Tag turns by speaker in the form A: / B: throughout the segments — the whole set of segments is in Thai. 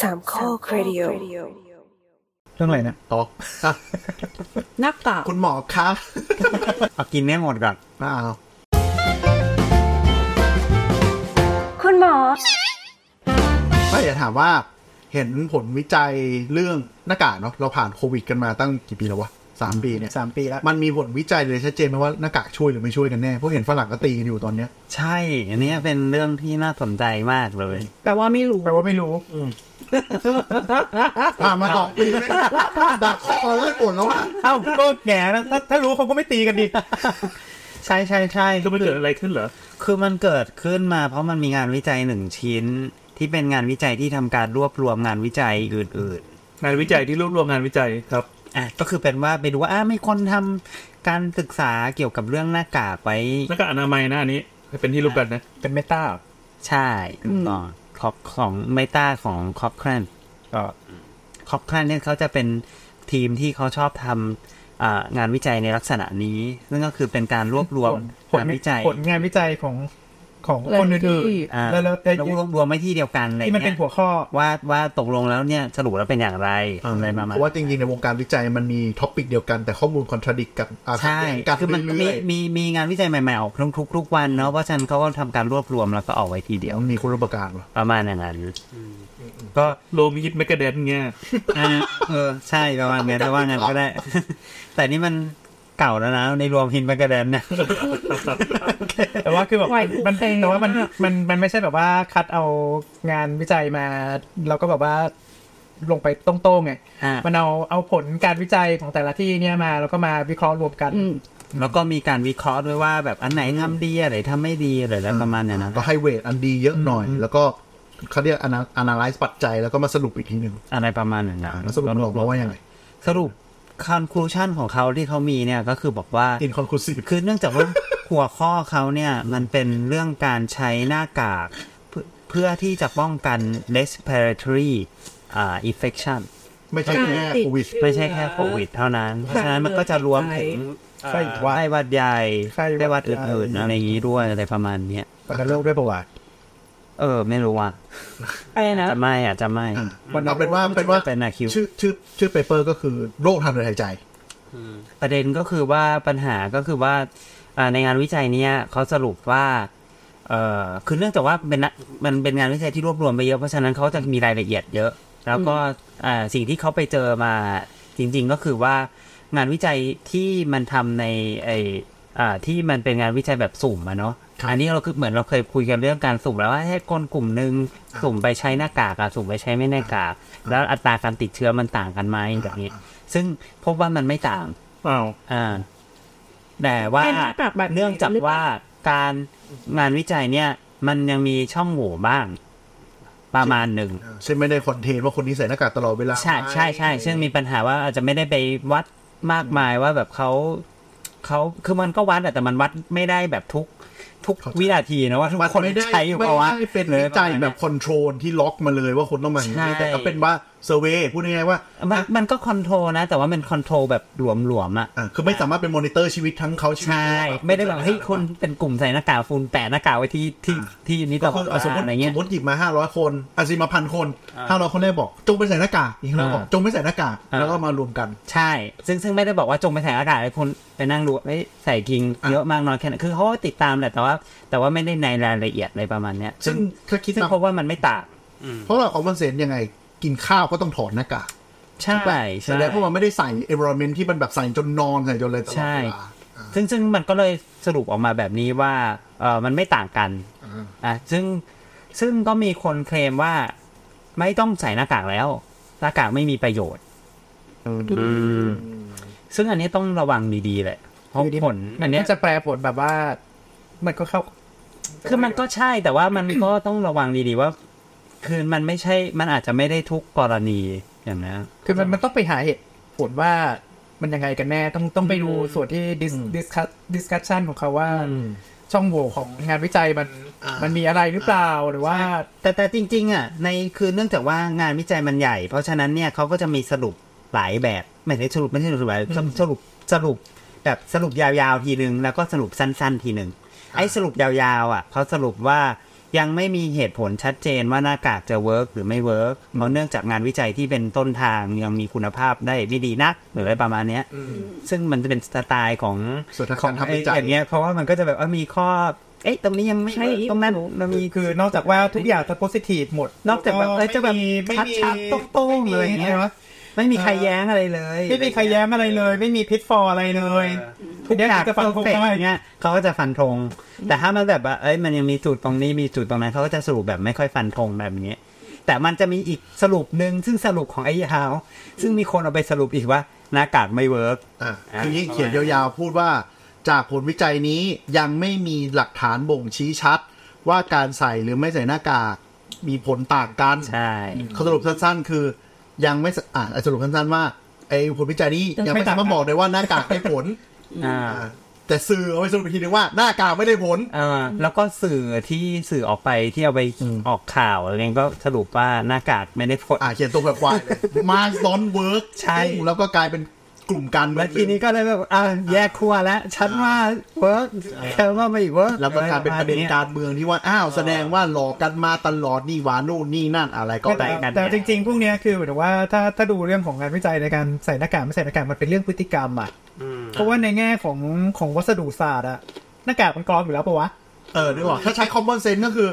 A: สามข้อครดิโอ
B: เรื่องอะไรนะ
C: ตอกอ่ะ
D: หน้ากาก
C: คุณหมอคะ
B: เอากินเนี้ยหมดก่อน
C: อ้าว
A: คุณหมอ
C: ไม่อยากถามว่าเห็นผลวิจัยเรื่องหน้ากากเนาะเราผ่านโควิดกันมาตั้งกี่ปีแล้ววะสามปีเนี่ย
B: สามปีแล้ว
C: มันมีผลวิจัยเลยชัดเจนไหมว่าหน้ากากช่วยหรือไม่ช่วยกันแน่ เพราะเห็นฝรั่งก็ตีกันอยู่ตอนเนี้ย
B: ใช่ อันเนี้ยเป็นเรื่องที่น่าสนใจมากเลย
D: แปลว่าไม่รู้
E: แปลว่าไม่รู้
C: ผ่านมาสองปีแล้วดักคอแล้วปวดแล้วอะ
E: เอ้าก็แง่นะถ้าถ้ารู้เขาก็ไม่ตีกันดิ
B: ใช่ใช่ใช่
E: ก็ไม่เกิดอะไรขึ้นเหรอ
B: คือมันเกิดขึ้นมาเพราะมันมีงานวิจัยหนึ่งชิ้น ที่เป็นงานวิจัยที่ทำการรวบรวมงานวิจัยอื่น
E: งานวิจัยที่รวบรวมงานวิจัยครับ
B: ๆอ่ะก็คือเป็นว่าไปดูว่าอ่ะมีคนทำการศึกษาเกี่ยวกับเรื่องหน้ากากไว้
E: แล้วก็อนามัยหน้านี้เป็นที่รู้กันนะ
F: เป็นเมตา
B: ใช่ถูกต้องขอบของไมต้าของคอปครัน
F: ก็
B: คอปครันเนี่ยเขาจะเป็นทีมที่เขาชอบทำอ่างานวิจัยในลักษณะนี้ ซึ่งก็คือเป็นการรวบรวม
F: ผล
B: งานวิจัย
F: ผลงานวิจัยของของคนอื่น
D: ที่
B: อ่า
F: แล้
B: แล้ว
F: วแล้ว
B: รวบรวมไว้ที่เดียวกันอะไรอ
F: ๆที่
B: ย่าง
F: มันเป็
B: เงี้
F: น
B: ย
F: หัวข้อ
B: ว่าว่าตกลงแล้วเนี่ยสรุปแล้วเป็นอย่างไรอะไรประมาณ
C: เพราะว่าจริงๆ ในวงการวิจัยมันมีท็อปิกเดียวกันแต่ข้อมูลคอนทราดิกกันอ่ะ
B: ใช่
C: กัน
B: คือมันมี
C: เรื่อยๆ
B: มีมีงานวิจัยใหม่ๆออกทุกทุกทุกวันเนาะเพราะฉะนั้นเขาก็ทำการรวบรวมแล้วก็เอาไว้ทีเดี
C: เดี๋
B: ย
C: ยว วมีคุณรับประการวะ
B: ประมาณอย่างนั้นก็
E: โลมิยิดเมกาเดนเงี้ย
B: อ่าเออ ใช่ประมาณเนี้ยแต่ว่างั้นก็ ได้ แต่นี่มันเก่าแล้วนะ ในรวมฮินมากระแดน เนี่ย
F: แต่ว่าคือแบบ
D: ไหว
F: มัน
D: เซ็ง
F: แต่ว่ามันมันมันไม่ใช่แบบว่าคัดเอางานวิจัยมาแล้วก็แบบว่าลงไปตรงๆไง
B: อ่า
F: มันเอาเอาผลการวิจัยของแต่ละที่เนี่ยมาแล้วก็มาวิเคราะห์รวมกัน
D: อืม
B: แล้วก็มีการวิเคราะห์ด้วยว่าแบบอันไหนทำดีอะไรทำไม่ดีอะไรแล้วประมาณเนี้ยนะ
C: ก็ให้เวทอันดีเยอะหน่อย แล้วก็เขาเรียก ana- analyze ปัจจัยแล้วก็มาสรุปอีกทีหนึ่ง
B: อะไรประมาณอย่างนั้น
C: อ่ะแล้วสรุปมันออกมาว่ายังไง
B: สรุป conclusion ของเขาที่เขามีเนี่ยก็คือบอกว่า
C: inconclusive
B: คือเนื่องจากว่า หัวข้อเขาเนี่ย มันเป็นเรื่องการใช้หน้ากาก เพื่อเพื่อที่จะป้องกัน respiratory อ่า infection
C: ไม่ใช่แค่โควิด
B: ไม่ใช่แค่โควิดเท่านั้น เพราะฉะนั้นมันก็จะรวมถึง
F: ไข้หวัด
B: ไข้หวัดใหญ่
F: ไข้หวัด
B: ไข้หวัดอื่นๆอะไรอย่างนี้ด้วยอะไรประมาณเนี้ย
F: ประกันโรคด้วยประวัติ
B: เออ ไม่รู้ว่า
D: อะไรนะ
B: จะไม่อาจจะไม่
C: อ่ะมันเอาเป็นว่าเป็นว่า
B: เป็นอะคิว
C: ชื่อชื่อชื่อเปเปอร์ก็คือโรคทางเดินหายใจ
B: ประเด็นก็คือว่าปัญหาก็คือว่าอ่าในงานวิจัยเนี้ยเขาสรุปว่าเออคือเนื่องจากว่าเป็นนะมันเป็นงานวิจัยที่รวบรวมไปเยอะเพราะฉะนั้นเขาจะมีรายละเอียดเยอะ แล้วก็อ่าสิ่งที่เขาไปเจอมาจริง ๆ ก็คือว่างานวิจัยที่มันทำในไออ่าที่มันเป็นงานวิจัยแบบสุ่มอะเนาะอันนี้เราคือเหมือนเราเคยคุยกันเรื่องการสุ่มแล้วว่าให้คนกลุ่มหนึ่งสุ่มไปใช้หน้ากากอะสุ่มไปใช้ไม่หน้ากาก แล้วอัตราการติดเชื้อมันต่างกันไหมแบบนี้ ซึ่งพบว่ามันไม่ต่าง
E: อ้าว
B: อ่าแต่ว่า
D: เป็นหน้ากากแบบ
B: เนื่องจากว่าการงานวิจัยเนี่ย มันยังมีช่องโหว่บ้าง ประมาณหนึ่ง
C: ใช่ไม่ได้คอนเทนต์ว่าคนนี้ใส่หน้ากากตลอดเวลา
B: ใช่ใช่ใช่ซึ่งมีปัญหาว่าอาจจะไม่ได้ไปวัดมากมายว่าแบบเขาเขาคือมันก็วัดอะแต่มันวัดไม่ได้แบบทุก ทุกวินาทีนะว่าทุก
C: มัน
B: คน
C: ไม่ได้
B: ใช้อยู่
C: ไม่
B: ปะวะ
C: ได้เป็น
B: หรือ
C: วิจัย
B: ประมาณ
C: แบ
B: เนี้
C: บ
B: ย
C: คอนโทรลที่ล็อกมาเลยว่าคนต้องมาอย่าง
B: ใช่
C: นี้แต่ก็เป็นว่าเซอร์เวย์พูดง่ายๆว่า
B: มันมันก็คอนโทรลนะ แต่ว่ามันคอนโทรลแบบหลวมๆอะ
C: อ่ะคือไม่สามารถเป็นมอนิเตอร์ชีวิตทั้งเขาชีวิต
B: ใช่ ไม่ได้แบบเฮ้ยคนเป็นกลุ่มใส่หน้ากากฟูนแปะหน้ากากไว้ที่ที่ที่นี่ตลอ
C: คื
B: ด
C: ออ่ะสมมติ
B: อะไรเงี้
C: ส
B: ย
C: มมติหยิบมาห้าร้อยคนอาซิมาพันคนห้าร้อยคนได้บอก จงไปใส่หน้ากากอีกคนบอกจงไม่ใส่หน้ากาก
B: อ่า
C: แล้วก็มารวมกัน
B: ใช่ ซึ่งซึ่งไม่ได้บอกว่าจงไปใส่อากาศให้คนไปนั่งดูไอ้ยใส่กิง
C: อ่ะ
B: เยอะมากน้อยแค่ไหนคือเขาก็ติดตามแหละแต่ว่า แต่ว่าไม่ได้ในรายละเอียดอะไรประมาณเนี้ย
C: ซึ่งถ้าคิด
B: ซึ่ง
C: ตาม
B: เพราะว่ามันไม่ต่าง
C: เพราะเราเอาคอนเซนต์ยังไงกินข้าวก็ต้องถอดหน้ากาก
B: ใช่
C: แส
B: ใช่
C: ดงว่ามันไม่ได้ใส่ environment ที่มันแบบใส่จนนอนใส่จนเลยตลอด
B: ใช่
C: เวลาอ่ะ
B: ซึ่งซึ่งมันก็เลยสรุปออกมาแบบนี้ว่าเออมันไม่ต่างกัน
C: อ่า
B: อ่ะซึ่งซึ่งก็มีคนเคลมว่าไม่ต้องใส่หน้ากากแล้ว หน้ากากไม่มีประโยชน์ ซึ่งอันนี้ต้องระวังดีๆเลยเพราะ
F: อยู่ดี
B: ผล
F: มั
B: อั
F: น
B: นเนี้ย
F: ก็จะแปลผลแบบว่า มันก็เข้า
B: คือมันก็ใช่แต่ว่ามัน ก็ต้องระวังดีๆว่า คือมันไม่ใช่มันอาจจะไม่ได้ทุกกรณีอย่างนั้น
F: คือมันมันต้องไปหาเหตุผลว่ามันยังไงกันแน่ต้องต้องไปดูส่วนที่ dis discuss discussion ของเขาว่าช่องโหว่ของงานวิจัยมัน
C: อ่ามั
F: มันมีอะไรหรือเปล่าหรือว่า
B: แต่แต่จริง ๆ อ่ะ ในคือเนื่องจากว่างานวิจัยมันใหญ่ เพราะฉะนั้นเนี่ยเขาก็จะมีสรุปหลายแบบไม่ใช่สรุปไม่ใช่สรุปหลายสรุปสรุปสรุปแบบสรุปยาวๆทีนึงแล้วก็สรุปสั้น ๆ ทีนึงไอ้สรุปยาวๆอ่ะเขาสรุปว่า ยังไม่มีเหตุผลชัดเจนว่าหน้ากากจะเวิร์กหรือไม่เวิร์กเพราะเนื่องจากงานวิจัยที่เป็นต้นทางยังมีคุณภาพได้ไม่ดีนัก หรืออะไรประมาณเนี้ยซึ่งมันจะเป็นสไตล์ของ
C: ส่วนทา
B: ขอก
C: งาง ร
B: ทำ
C: ทำวิจัย
B: อย่างเงี้ยเพราะว่ามันก็จะแบบว่ามีข้อ เอ๊ะตรงนี้ยังไม่
D: ใช่
B: ตรงนั้นมันมี
F: คือนอกจากว่าทุกอย่างจะโพสิทีฟหมด
B: นอกจากแบบเอ้ยจะแบบ
F: ไม่มีไม่มี
B: ชัดๆโต้งๆเลยอย่างเงี้ย
F: ไม่มี
B: ไม่มีใครแย้งอะไรเลย
F: ไม่มีใครแย้มอะไรเลย ไม่มีพิษฟอร์อะไรเลย
B: ทุกอย่าง
F: จะ
B: จะฟั
F: ฟัน
B: นธ
F: ธง
B: ง
F: ได้
B: เงี้ยเขาก็จะฟันธงแต่ถ้ามันแบบว่าเอ้ยมันยังมีจุดตรงนี้มีจุดตรงนั้นเขาก็จะสรุปแบบไม่ค่อยฟันธงแบบนี้ แต่มันจะมีอีกสรุปหนึ่งซึ่งสรุปของไอ้ฮาวซึ่งมีคนเอาไปสรุปอีกว่าหน้ากากไม่เวิร์ก
C: อ่ะ
B: อ่ะ
C: คือยิ่ง
B: ประมาณ
C: เขียนยาวๆ พูดว่า จากผลวิจัยนี้ยังไม่มีหลักฐานบ่งชี้ชัด ว่าการใส่หรือไม่ใส่หน้ากาก มีผลต่างกัน
B: ใช่
C: เขาสรุปสั้นๆ คือ ยังไม่สอ่าสรุปสั้นๆว่าไอ้ผลวิจัยนี้ยังไม่สามารถบอกได้ว่าหน้ากากได้ผ ล
B: อ่า
C: อ่ะแต่สื่อเอาไปสรุปอีกทีนึงว่าหน้ากากไม่ได้ผล
B: เออแล้วก็สื่อที่สื่อออกไปที่เอาไป
C: อืม
B: ออกข่าวอะไรเงี้ยก็สรุปว่าหน้ากากไม่ได้ผล
C: อ่าเขียนตรงแบบควายเลยมาซ้อนเวิร์ก
B: ใช่
C: แล้วก็กลายเป็นกลุ่มการเมือ
B: และ
C: ง
B: ทีนี้ก็เลยแบบอ่าแยกครัวแล้วฉันว่าเวิร์กเธอว่าไม่เวิร์ก
C: แล้วก็การเป็นประเด็นการเมืองที่ว่า อ้าว แสดงว่าหลอกกันมาตลอดนี่หวานู่นนี่นั่นอะไรก็
B: แป
C: ไป
B: ลกกัน
F: แต่จริงๆ พวกเนี้ยคือเหมือนว่าถ้าถ้าดูเรื่องของงานวิจัยในการใส่หน้ากากไม่ใส่หน้ากากมันเป็นเรื่องพฤติกรรมอ่ะเพราะว่าในแง่ของของวัสดุศาสตร์อ่ะหน้ากากมันกรองอยู่แล้วปะวะ
C: เออนึกออกถ้าใช้ common sense ก็คือ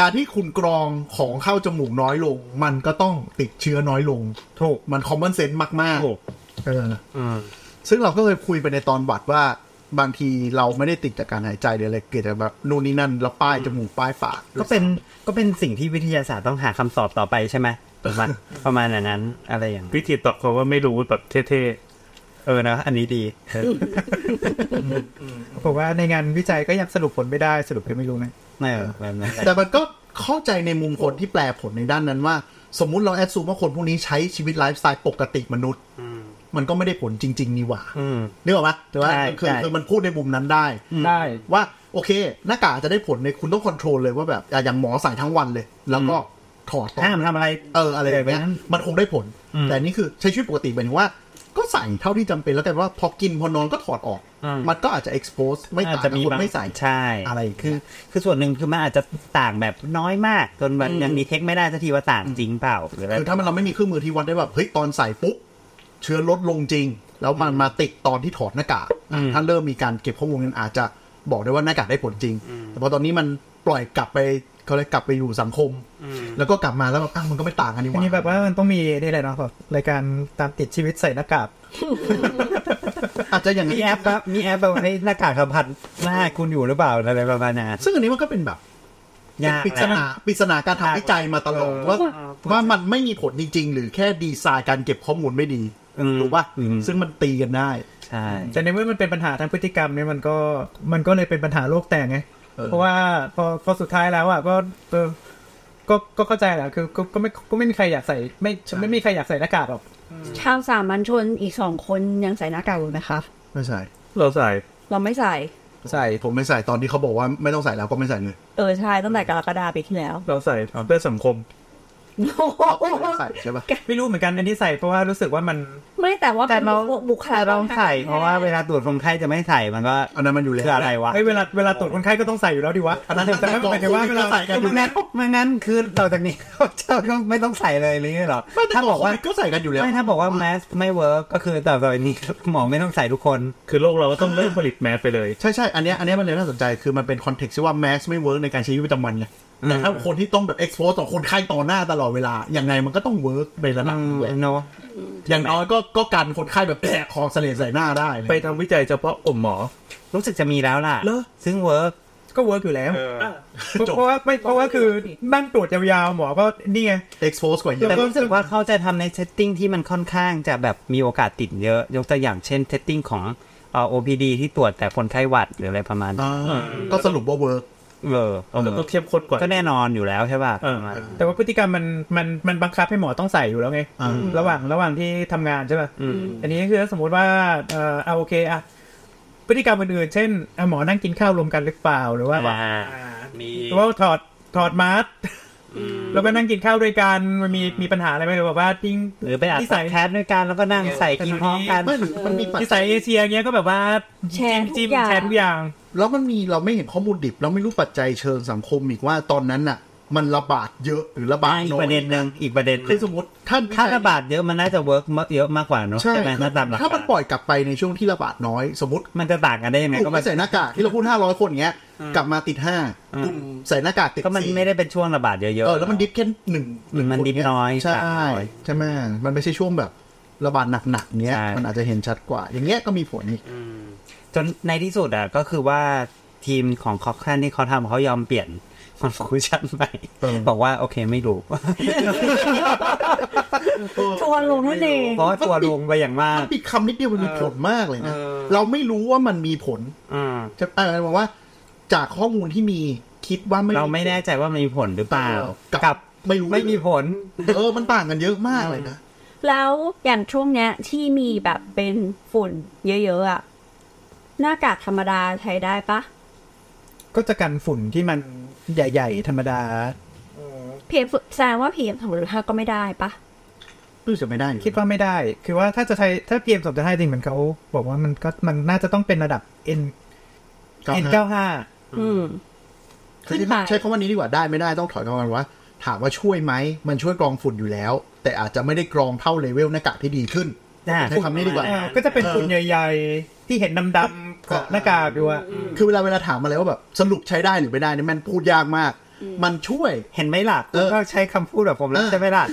C: การที่คุณกรองของเข้าจมูกน้อยลง มันก็ต้องติดเชื้อน้อยลง
B: ถูก
C: มัน common sense มาก
B: ถูก
C: ๆเออ
B: อืม
C: ซึ่งเราก็เคยคุยไปในตอนบัดว่าบางทีเราไม่ได้ติดจากการหายใจหรืออะไรเกิดจากแบบนู่นนี่นั่น แล้วป้ายจมูกป้ายปาก
B: ก็เป็นก็เป็นสิ่งที่วิทยาศาสตร์ต้องหาคำตอบต่อไปใช่ไหมประมาณ ประมาณอย่างนั้นอะไรอย่าง
E: วิธีตอบเขาว่าไม่รู้แบบเท่
B: เออนะอันนี้ดีเออ
F: ผมว่าในงานวิจัยก็ยังสรุปผลไม่ได้สรุปคือไม่รู้นะ
B: เออแบบนั้น
C: แต่มันก็เข้าใจในมุมคนที่แปลผลในด้านนั้นว่า สมมุติเราแอดซูมว่าคนพวกนี้ใช้ชีวิตไลฟ์สไตล์ปกติมนุษย์มันก็ไม่ได้ผลจริง ๆ นี่หว่า
B: อืม
C: นึกออกปะแต่ว่า
B: ใช่
C: คือ
B: ใช่
C: คือมันพูดในมุมนั้นได้
F: ได้
C: ว่าโอเค หน้ากากจะได้ผลในคุณต้องคอนโทรลเลยว่าแบบอ่ะอย่างหมอใส่ทั้งวันเลย แล้วก็ถอดต่อ
B: ห้ามทำอะไร
C: เอออะไรแบบเนี้ย
B: แบบนั้น
C: มันคงได้ผล แต่นี่คือใช้ชีวิตปกติหมายถึงว่า ก็ใส่เท่าที่จำเป็นแล้วแต่ว่าพอกินพอนอนก็ถอดออก มันก็อาจจะ expose ไม่ต่างกับคน
B: บาง
C: ไม่ใส่
B: ใช่
C: อะไรอย่างเงี้ย
B: คือ คือส่วนหนึ่งคือมันอาจจะต่างแบบน้อยมาก จนมันยังดีเทคไม่ได้สักทีว่าต่างจริงเปล่าหรืออะไร
C: คือถ้ามันเราไม่มีเครื่องมือที่วัดได้แบบเฮ้ยตอนใส่ปุ๊บเชื้อลดลงจริง แล้วมันมาติดตอนที่ถอดหน้ากากอ่ะถ้าเริ่มมีการเก็บข้อมูลนั้นอาจจะบอกได้ว่าหน้ากากได้ผลจริง แต่พอตอนนี้มันปล่อยกลับไปเขาเลยกกลับไปอยู่สังคม แล้วก็กลับมาแล้วแบบอ้าวมันก็ไม่ต่างกันนี่ห
F: อัน
C: ว่า
F: นี้แบบว่ามันต้องมีนี่แหละเนาะแบบรายการตามติดชีวิตใส่หน้ากาก
C: อาจจะอย่าง
B: มี
C: นี้
B: แอปปะมีแอปแบบให้หน้ากากสัมผัสหน้าคุณอยู่หรือเปล่าอะไรประมาณนั้น
C: ซึ่งอันนี้มันก็เป็นแบบ
B: ยาก
C: ปริศนา
B: นะ
C: ปริศนาการทำวิจัยมาตลอดว่าว่ามันไม่มีผลจริง ๆ หรือแค่ดีไซน์การเก็บข้อมูลไม่ดี
B: อืม
C: ถูกป่ะ
B: อืม
C: ซึ่งมันตีกันได้
B: ใช่
F: แต่ในเมื่อมันเป็นปัญหาทางพฤติกรรมเนี่ยมันก็มันก็เลยเป็นปัญหาโลกแตกไง เพราะว่าพอพอสุดท้ายแล้วอ่ะก็เออก็ก็เข้าใจแหละคือก็ก็ไม่ก็ไม่มีใครอยากใส่ไม่ไม่มีใครอยากใส่หน้ากากหรอก
G: ชาวสามัญชนอีกสองคนยังใส่หน้ากากอยู่ไหมครับ
C: ไม่ใส่
E: ๆ เราใส่
G: เราไม่ใส่
F: ใส่
C: ผมไม่ใส่ตอนที่เขาบอกว่าไม่ต้องใส่แล้วก็ไม่ใส่เลย
G: เออใช่ตั้งแต่กรกฎาปีที่แล้ว
E: เราใส่เพื่อสังคม
C: ใส่ใช่ปะ
F: ไม่รู้เหมือนกันอันที่ใส่เพราะว่ารู้สึกว่ามัน
G: ไม่แต่ว่า
B: แต่
G: เป็น
B: เรา
G: บุคลา
B: แต่
G: ก
B: เรา
G: รทงก
B: ใส่
G: แพทย์
B: เพราะว่าเวลาตรวจคนไข้จะไม่ใส่มันก็
C: อันนั้นมันอยู่แล้ว
B: คืออะไรวะ
F: เอ้ยเวลาเวลาตรวจคนไข้ก็ต้องใส่อยู่แล้วดิวะ
C: อันนั้น
F: แต่ไม่หมายถึงว่าเวลา
C: ใส่กันอยู่
B: ไม่
C: แล้ว
B: งั้นไม่งั้นคือต่อจากนี้ เราจะไม่ต้องใส่เลยหรือไงหรอถ้าบอกว่า
C: ก็ใส่กันอยู่แล้ว
B: ไม่ถ้าบอกว่าแมสไม่เวิร์กก็คือต่อจากนี้หมอไม่ต้องใส่ทุกคน
E: คือโลกเราก็ต้องเลิกผลิตแมสไปเลย
C: ใช่ใช่อันเนี้ยอันเนี้ยมันเลยน่าสนใจคือมันเป็นคอนเท็กซ์ที่ว่าแมสไม่เวิร์กในการใช้ชีวิตประจำวันไงแต่ถ้าคนที่ต้องแบบเอ็กซ์โพสต่อคนไข้ต่อหน้าตลอดเวลา อย่างไงมันก็ต้องเวิร์กในระดับหนึ่งแหละ
B: เนาะ
C: อย่างน้อยก็ก็กันคนไข้แบบแผ ลคอเสลดใส่หน้าได้เลย
E: ไปทำวิจัยเฉพาะกลุ่มหมอ
B: รู้สึกจะมีแล้วล่ะ
E: เหรอ
B: ซึ่งเวิร์ก
F: ก็เวิร์กอยู่แล้ว
C: จบ
F: เพราะว่าไม่เพราะว่าคือนั่งตรวจยาวๆหมอก็นี่ไง
C: เอ็กซ์โพสกว่าเยอะ
B: แต่รู้สึกว่าเขาจะทำในเซตติ้งที่มันค่อนข้างจะแบบมีโอกาสติดเยอะ ยกตัวอย่างเช่นเซตติ้งของเอ่อ OPD ที่ตรวจแต่คนไข้หวัดหรืออะไรประมาณ
C: อ่าก็สรุปว่าเวิร์ก
B: เออเออ
E: แล้วก็เข้มข้นกว่า
B: ก็แน่นอนอยู่แล้วใช่ป่ะ
E: เออ
B: ประมาณ
F: แต่ว่าพฤติกรรมมันมันมันบังคับให้หมอต้องใส่อยู่แล้วไง
C: อ่า
F: ระหว่างระหว่างที่ทำงานใช่ป่ะอันนี้คือสมมติว่าเออเอาโอเคอะพฤติกรรมอื่นๆเช่นอ่ะหมอนั่งกินข้าวรวมกันหรือเปล่าหรือว่า
B: อ่า มี
F: หรือว่าถอดถอดมาสก์ แล้วก็นั่งกินข้าวด้วยกันมันมีมีปัญหาอะไรไหมหรือแบบว่าทิ้ง
B: หรือไปอัด
F: นิ
B: สา
F: สัย
B: แคสด้วยกันแล้วก็นั่งใส่กินพร้อมกัน
C: ไม่มันมีปัจ
F: นิ
C: จัย
F: สัยเอเชียเงี้ยก็แบบว่า
D: แชร์ทุก
F: จิ้ม
D: อย่าง
F: แชร์ทุกอย่าง
C: แล้วมันมีเราไม่เห็นข้อมูลดิบ เราไม่รู้ปัจจัยเชิงสังคมอีกว่าตอนนั้นน่ะ มันระบาดเยอะหรือระบาด
B: อีก
C: น้อ
B: ป
C: ย
B: ระเด็นหนึ่งอีกประเด็นห
C: คื
B: นึ่
C: อง สมมติท่านวิ
B: ถ้า
C: จัย
B: ระบาดเยอะมันน่าจะเวิร์กเยอะมากกว่าเนอะ
C: ใช่
B: ใช่ไหมถ้าตามหลัก
C: ถ้ามันปล่อยกลับไปในช่วงที่ระบาดน้อย สมมติ
B: มันจะต่างกันได้ยังไง
C: กลุ่
B: ก็
C: ม
B: มั
C: ไม่
B: น
C: ใส่หน้ากากที่เราพูด 500 คนเงี้ย กลับมาติด
B: อืม
C: 5 กลุ่มใส่หน้ากากติด
B: ก็มัน
C: สี่
B: ไม่ได้เป็นช่วงระบาดเยอะๆ
C: เออแล้วมันดิฟแค่หนึ่งหนึ่ง
B: มัน
C: ค
B: ดิฟ
C: เย
B: น้อย
C: ใช่
B: ต่างน้อย
C: ใช่ไหมมันไม่ใช่ช่วงแบบระบาดหนักๆเนี้ย
B: ใช่
C: มันอาจจะเห็นชัดกว่า อย่างเงี้ยก็มีผลอีก
B: จนในที่สุดอ่ะก็คือว่าทีมของคอคแคนที่เขาทำเขายอมเปลี่ยนคอนฟูชันไปบอกว่าโอเคไม่รู้
G: ทัวร์ลงนั่นเอง
B: เพราะว่าตัวร์ลงไปอย่างมาก
C: มันปิดคำนิดเดียวมันมีผลมากเลยนะ
B: เออ
C: เราไม่รู้ว่ามันมีผล
B: อืม
C: จะเออบอกว่า จากข้อมูลที่มีคิดว่าไม่
B: เราไม่แน่ใจว่ามันมีผลหรือเปล่า
C: กั
B: กั
C: บบ ไม่รู้
B: ไม่มีผล
C: เออมันต่างกันเยอะมากเลยนะ
G: แล้วอย่างช่วงเนี้ยที่มีแบบเป็นฝุ่นเยอะๆอ่ะหน้ากากธรรมดาใช้ได้ปะ
F: ก็จะกันฝุ่นที่มันใหญ่ ๆ ธรรมดา
G: เพียแสดงว่าเพียสองหรือห้าก็ไม่ได้ปะ
C: รู้สึกไม่ได้
F: คิดว่าไม่ได้ คือว่าถ้าจะใช้ถ้าเพียมสมจะให้จริงเหมือนเขาบอกว่ามันก็มันน่าจะต้องเป็นระดับ N
C: ครับ
F: N95
G: อืม ขึ้นไป
C: ใช้คำว่านี้ดีกว่าได้ไม่ได้ต้องถอยคำว่าว่า ถามว่าช่วยไหมมันช่วยกรองฝุ่นอยู่แล้ว แต่อาจจะไม่ได้กรองเท่าเลเวลหน้ากากที่ดีขึ้น
B: อ่า
C: ใช้คำนี้ดีกว่า
F: อ่าก็จะเป็นฝุ่นใหญ่ ๆ ที่เห็นดำๆเกาะหน้ากากอยู่อะ
C: คือเวลาเวลาถามอะไรว่าแบบสรุปใช้ได้หรือไม่ได้เนี่ยมันพูดยากมาก มันช่วย
B: เห็นไหมล่ะ
C: เออ
B: ก็ใช้คำพูดแบบผมแล้ว
C: เออ
B: ใช่ไหมล่ะ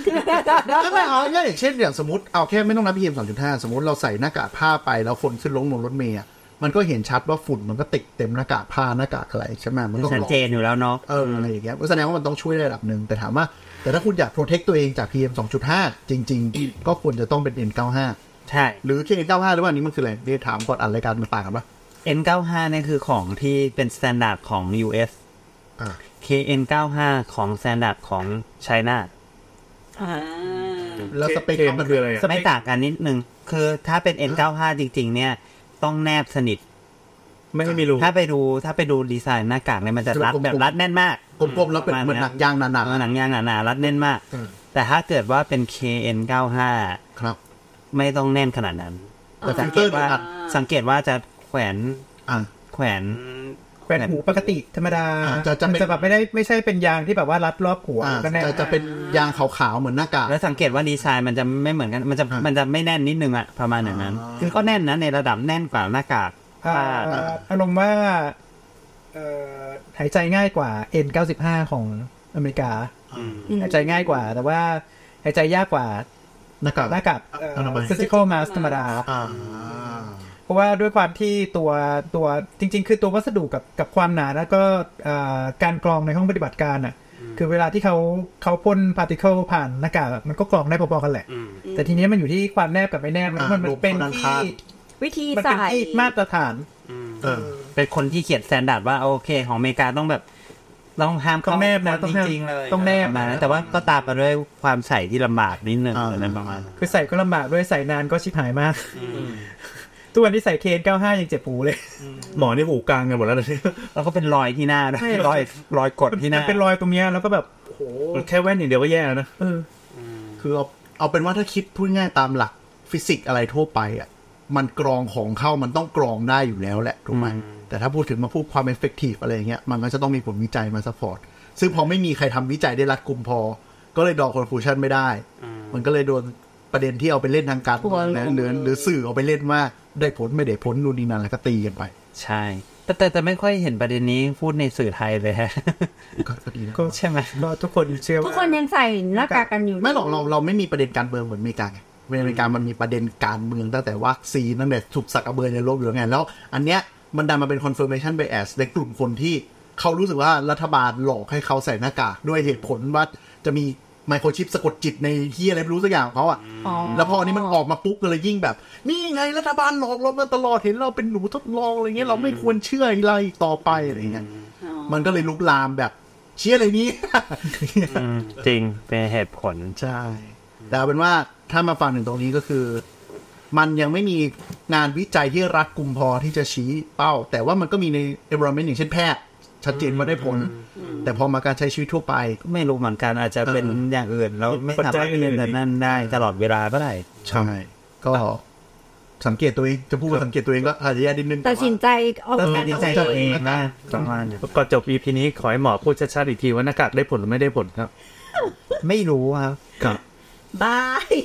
C: ก็ไม่เอาง่ายๆอย่างเช่นอย่างสมมติเอาแค่ไม่ต้องนับ PM 2.5 สมมติเราใส่หน้ากากผ้าไปแล้วฝนขึ้นลงลงรถเมล์อะมันก็เห็นชัดว่าฝุ่นมันก็ติดเต็มหน้ากากผ้าหน้ากากอะไรใช่ไหมมันก็กร
B: ชัด
C: อง
B: เจนอยู่แล้วเนาะ
C: เอออะไรอย่างเงี้ยก็แสดงว่ามันต้องช่วยในระดับหนึ่งแต่ถามว่า แต่ถ้าคุณอยากโปรเทคตัวเองจาก PM 2.5 จริง ๆ ก็ควรจะต้องเป็น N95
B: ใช่
C: หรือแค่ N95 หรือว่าอันนี้มันคืออะไรเดี๋ยวถามก่อนอันรายการมันต่างกันปะ
B: N95 เนี่ยคือของที่เป็นสแตนดาร์ดของ US
C: อ่า
B: KN95 ของสแตนดาร์ดของ China
C: แล้วสเปค
E: เกม
C: มัน
E: คืออะไรอะ
B: ไม่ต่างกันนิดนึง คือถ้าเป็น N95 จริง ๆ เนี่ย ต้องแนบสนิท
E: ไม่ไม่รู้
B: ถ้าไปดูถ้าไปดูดีไซน์หน้ากากเนี่ยมันจะรัดแบบรัดแน่นมาก
C: กลมๆแล้วเป็น
B: ประมาณ
C: เหมือนหนังยางหนา
B: หนังยางหนาๆรัดแน่นมาก
C: ๆเออ
B: แต่ถ้าเกิดว่าเป็น KN95
C: ครับ
B: ไม่ต้องแน่นขนาดนั้น
C: แต่ฟิลเตอร์
B: ว่า
C: อัด
B: สังเกตว่าจะแขวน
C: อ่ะ
B: แขวน
F: แขวนหูปกติธรรมดา
C: อ่าจะจะเป็น
F: มันจะแบบไม่ได้ไม่ใช่เป็นยางที่แบบว่ารัดรอบหัว
C: อ่ะ
F: ก็แน่
C: จะจะเป็นยางขาวๆเหมือนหน้ากาก
B: แล้วสังเกตว่าดีไซน์มันจะไม่เหมือนกันมันจะ
C: อ่ะ
B: มันจะไม่แน่นนิดนึงอะประมาณอย่างนั้น
C: อ่า
B: คือก็แน่นนะในระดับแน่นกว่าหน้ากาก
F: อ่าอารมณ์ว่าเอ่อหายใจง่ายกว่า N95 ของอเมริกา หายใจง่ายกว่า แต่ว่าหายใจยากกว่า
C: หน้ากาก
F: หน้ากาก
C: อนามัย
F: ฟิสิกอลมาสธรรมดา
C: อ่า
F: เพราะว่าด้วยความที่ตัวตัวจริง ๆ คือตัววัสดุกับกับความหนาแล้วก็เอ่อการกรองในห้องปฏิบัติการอ่ะ คือเวลาที่เขาเขาพ่นพาร์ติเคิลผ่านหน้ากากอะมันก็กรองได้พอๆกันแหละ แต่ทีเนี้ยมันอยู่ที่ความแนบกับไม่แนบมัน
C: อ่ะ
F: มัน
C: รวม
F: เป็น
C: คนด้าน
F: ที่
C: ข้าง
G: วิธี
F: มัน
G: ใส่
F: เป็นที่มาตรฐาน
C: เออ
B: เป็นคนที่เขียนสแตนดาร์ดว่าโอเคของอเมริกาต้องแบบต้องห้ามเข้า
F: ต้องแนบนะ
B: จริงๆเลย
F: ต้องแนบ
B: ประมาณแต่ว่าก็ตามมาด้วยความใส่ที่ลำบากนิดนึง
C: อ่า
B: อะไรประมาณนั้น
F: คือใส่ก็ลำบากด้วยใส่นานก็ชิบหายมากตัวนที่ใส่เคน95ยังเจ็บหูเลย
E: หมอนี่หูกลางกันหมดแล้วนะ เนี่ย
B: แล้วก็เป็นรอยที่หน้าด้วย
F: ใช่
B: รอยรอยกดที่ห
F: มั
B: น้าน
F: เป็นรอยตรงเนี้ยแล้วก็แบบ
E: แค่แว่นอย่างเดียวก็แย่แล้วนะ
F: เออ
C: คือเอาเอาเป็นว่าถ้าคิดพูดง่ายตามหลักฟิสิกส์อะไรทั่วไปอ่ะมันกรองของเข้ามันต้องกรองได้อยู่แล้วแหละถูกไหมแต่ถ้าพูดถึงมาพูดความเอฟเฟกตีฟอะไรอย่างเงี้ยมันก็จะต้องมีผลวิจัยมาซัพพอร์ตซึ่งพอไม่มีใครทำวิจัยได้รัดกุมพอ ก็เลยดอกคอนฟูชันไม่ได้ มันก็เลยโดนประเด็นที่เอาไปเล่นทางการ
G: ทัวร์ลง
C: นะหรือหรือสื่อเอาไปเล่นว่าได้ผลไม่ได้ผลนู่นนี่นั่นแล้วก็ตีกันไป
B: ใช่ แต่แต่แต่ไม่ค่อยเห็นประเด็นนี้พูดในสื่อไทยเลย ฮะ
C: ก็ก็ดีนะ
F: ก็
B: ใช่ไหม
F: ก็ทุกคนเชื่อว่า
G: ทุกคนยังใส่หน้ากากกันอยู่
C: ไม่หรอกเราเราไม่มีประเด็นการเมืองเหมือนอเมริกาไงอเมริกามันมีประเด็นการเมืองตั้งแต่วัคซีนตั้งแต่ถูกสักกระเบือในโลกอยู่แล้วไงแล้ว อันเนี้ยมันดันมาเป็น confirmation bias ในกลุ่มคนที่เขารู้สึกว่ารัฐบาลหลอกให้เขาใส่หน้ากากด้วยเหตุผลว่าจะมีไมโครชิปสะกดจิตในที่อะไรไม่รู้สักอย่างของเขาอะ
G: อ๋อ
C: แล้วพออันนี้มันออกมาปุ๊บก็เลยยิ่งแบบ นี่ไงรัฐบาลหลอกเรามาตลอดเห็นเราเป็นหนูทดลองอะไรเงี้ยเราไม่ควรเชื่ออะไรต่อไปอะไรเงี้ยมันก็เลยลุกลามแบบเชื่ออะไรนี้
B: อืมจริงเป็นเหตุผล
C: ใช่แต่เอาเป็นว่าถ้ามาฟังถึงตรงนี้ก็คือ มันยังไม่มีงานวิจัยที่รัดกุมพอที่จะชี้เป้า แต่ว่ามันก็มีใน environment อย่างเช่นแพทย์ ชัดเจนว่าได้ผล แต่พอมาการใช้ชีวิตทั่วไป
B: ไม่รู้เหมือนกันอาจจะเป็นอย่างอื่น แล้วไม่สามารถ
E: ปัจจัยอื่น
B: แต่นั่นได้ตลอดเวลาเมื่อไหร่
C: ใช่ ก็สังเกตตัวเอง จะพูดว่าสังเกตตัวเองก็อาจจะแย่นิดนึง
G: ตัดสินใจออก
B: ต้อง
G: การ
B: ดีใจตัวเองนะประมาณนั้น
E: ก่อนจบ EP นี้ขอให้หมอพูดชัดๆอีกทีว่าหน้ากากได้ผลหรือไม่ได้ผลครับ
B: ไม่รู้ครับ
E: ครับ
G: บาย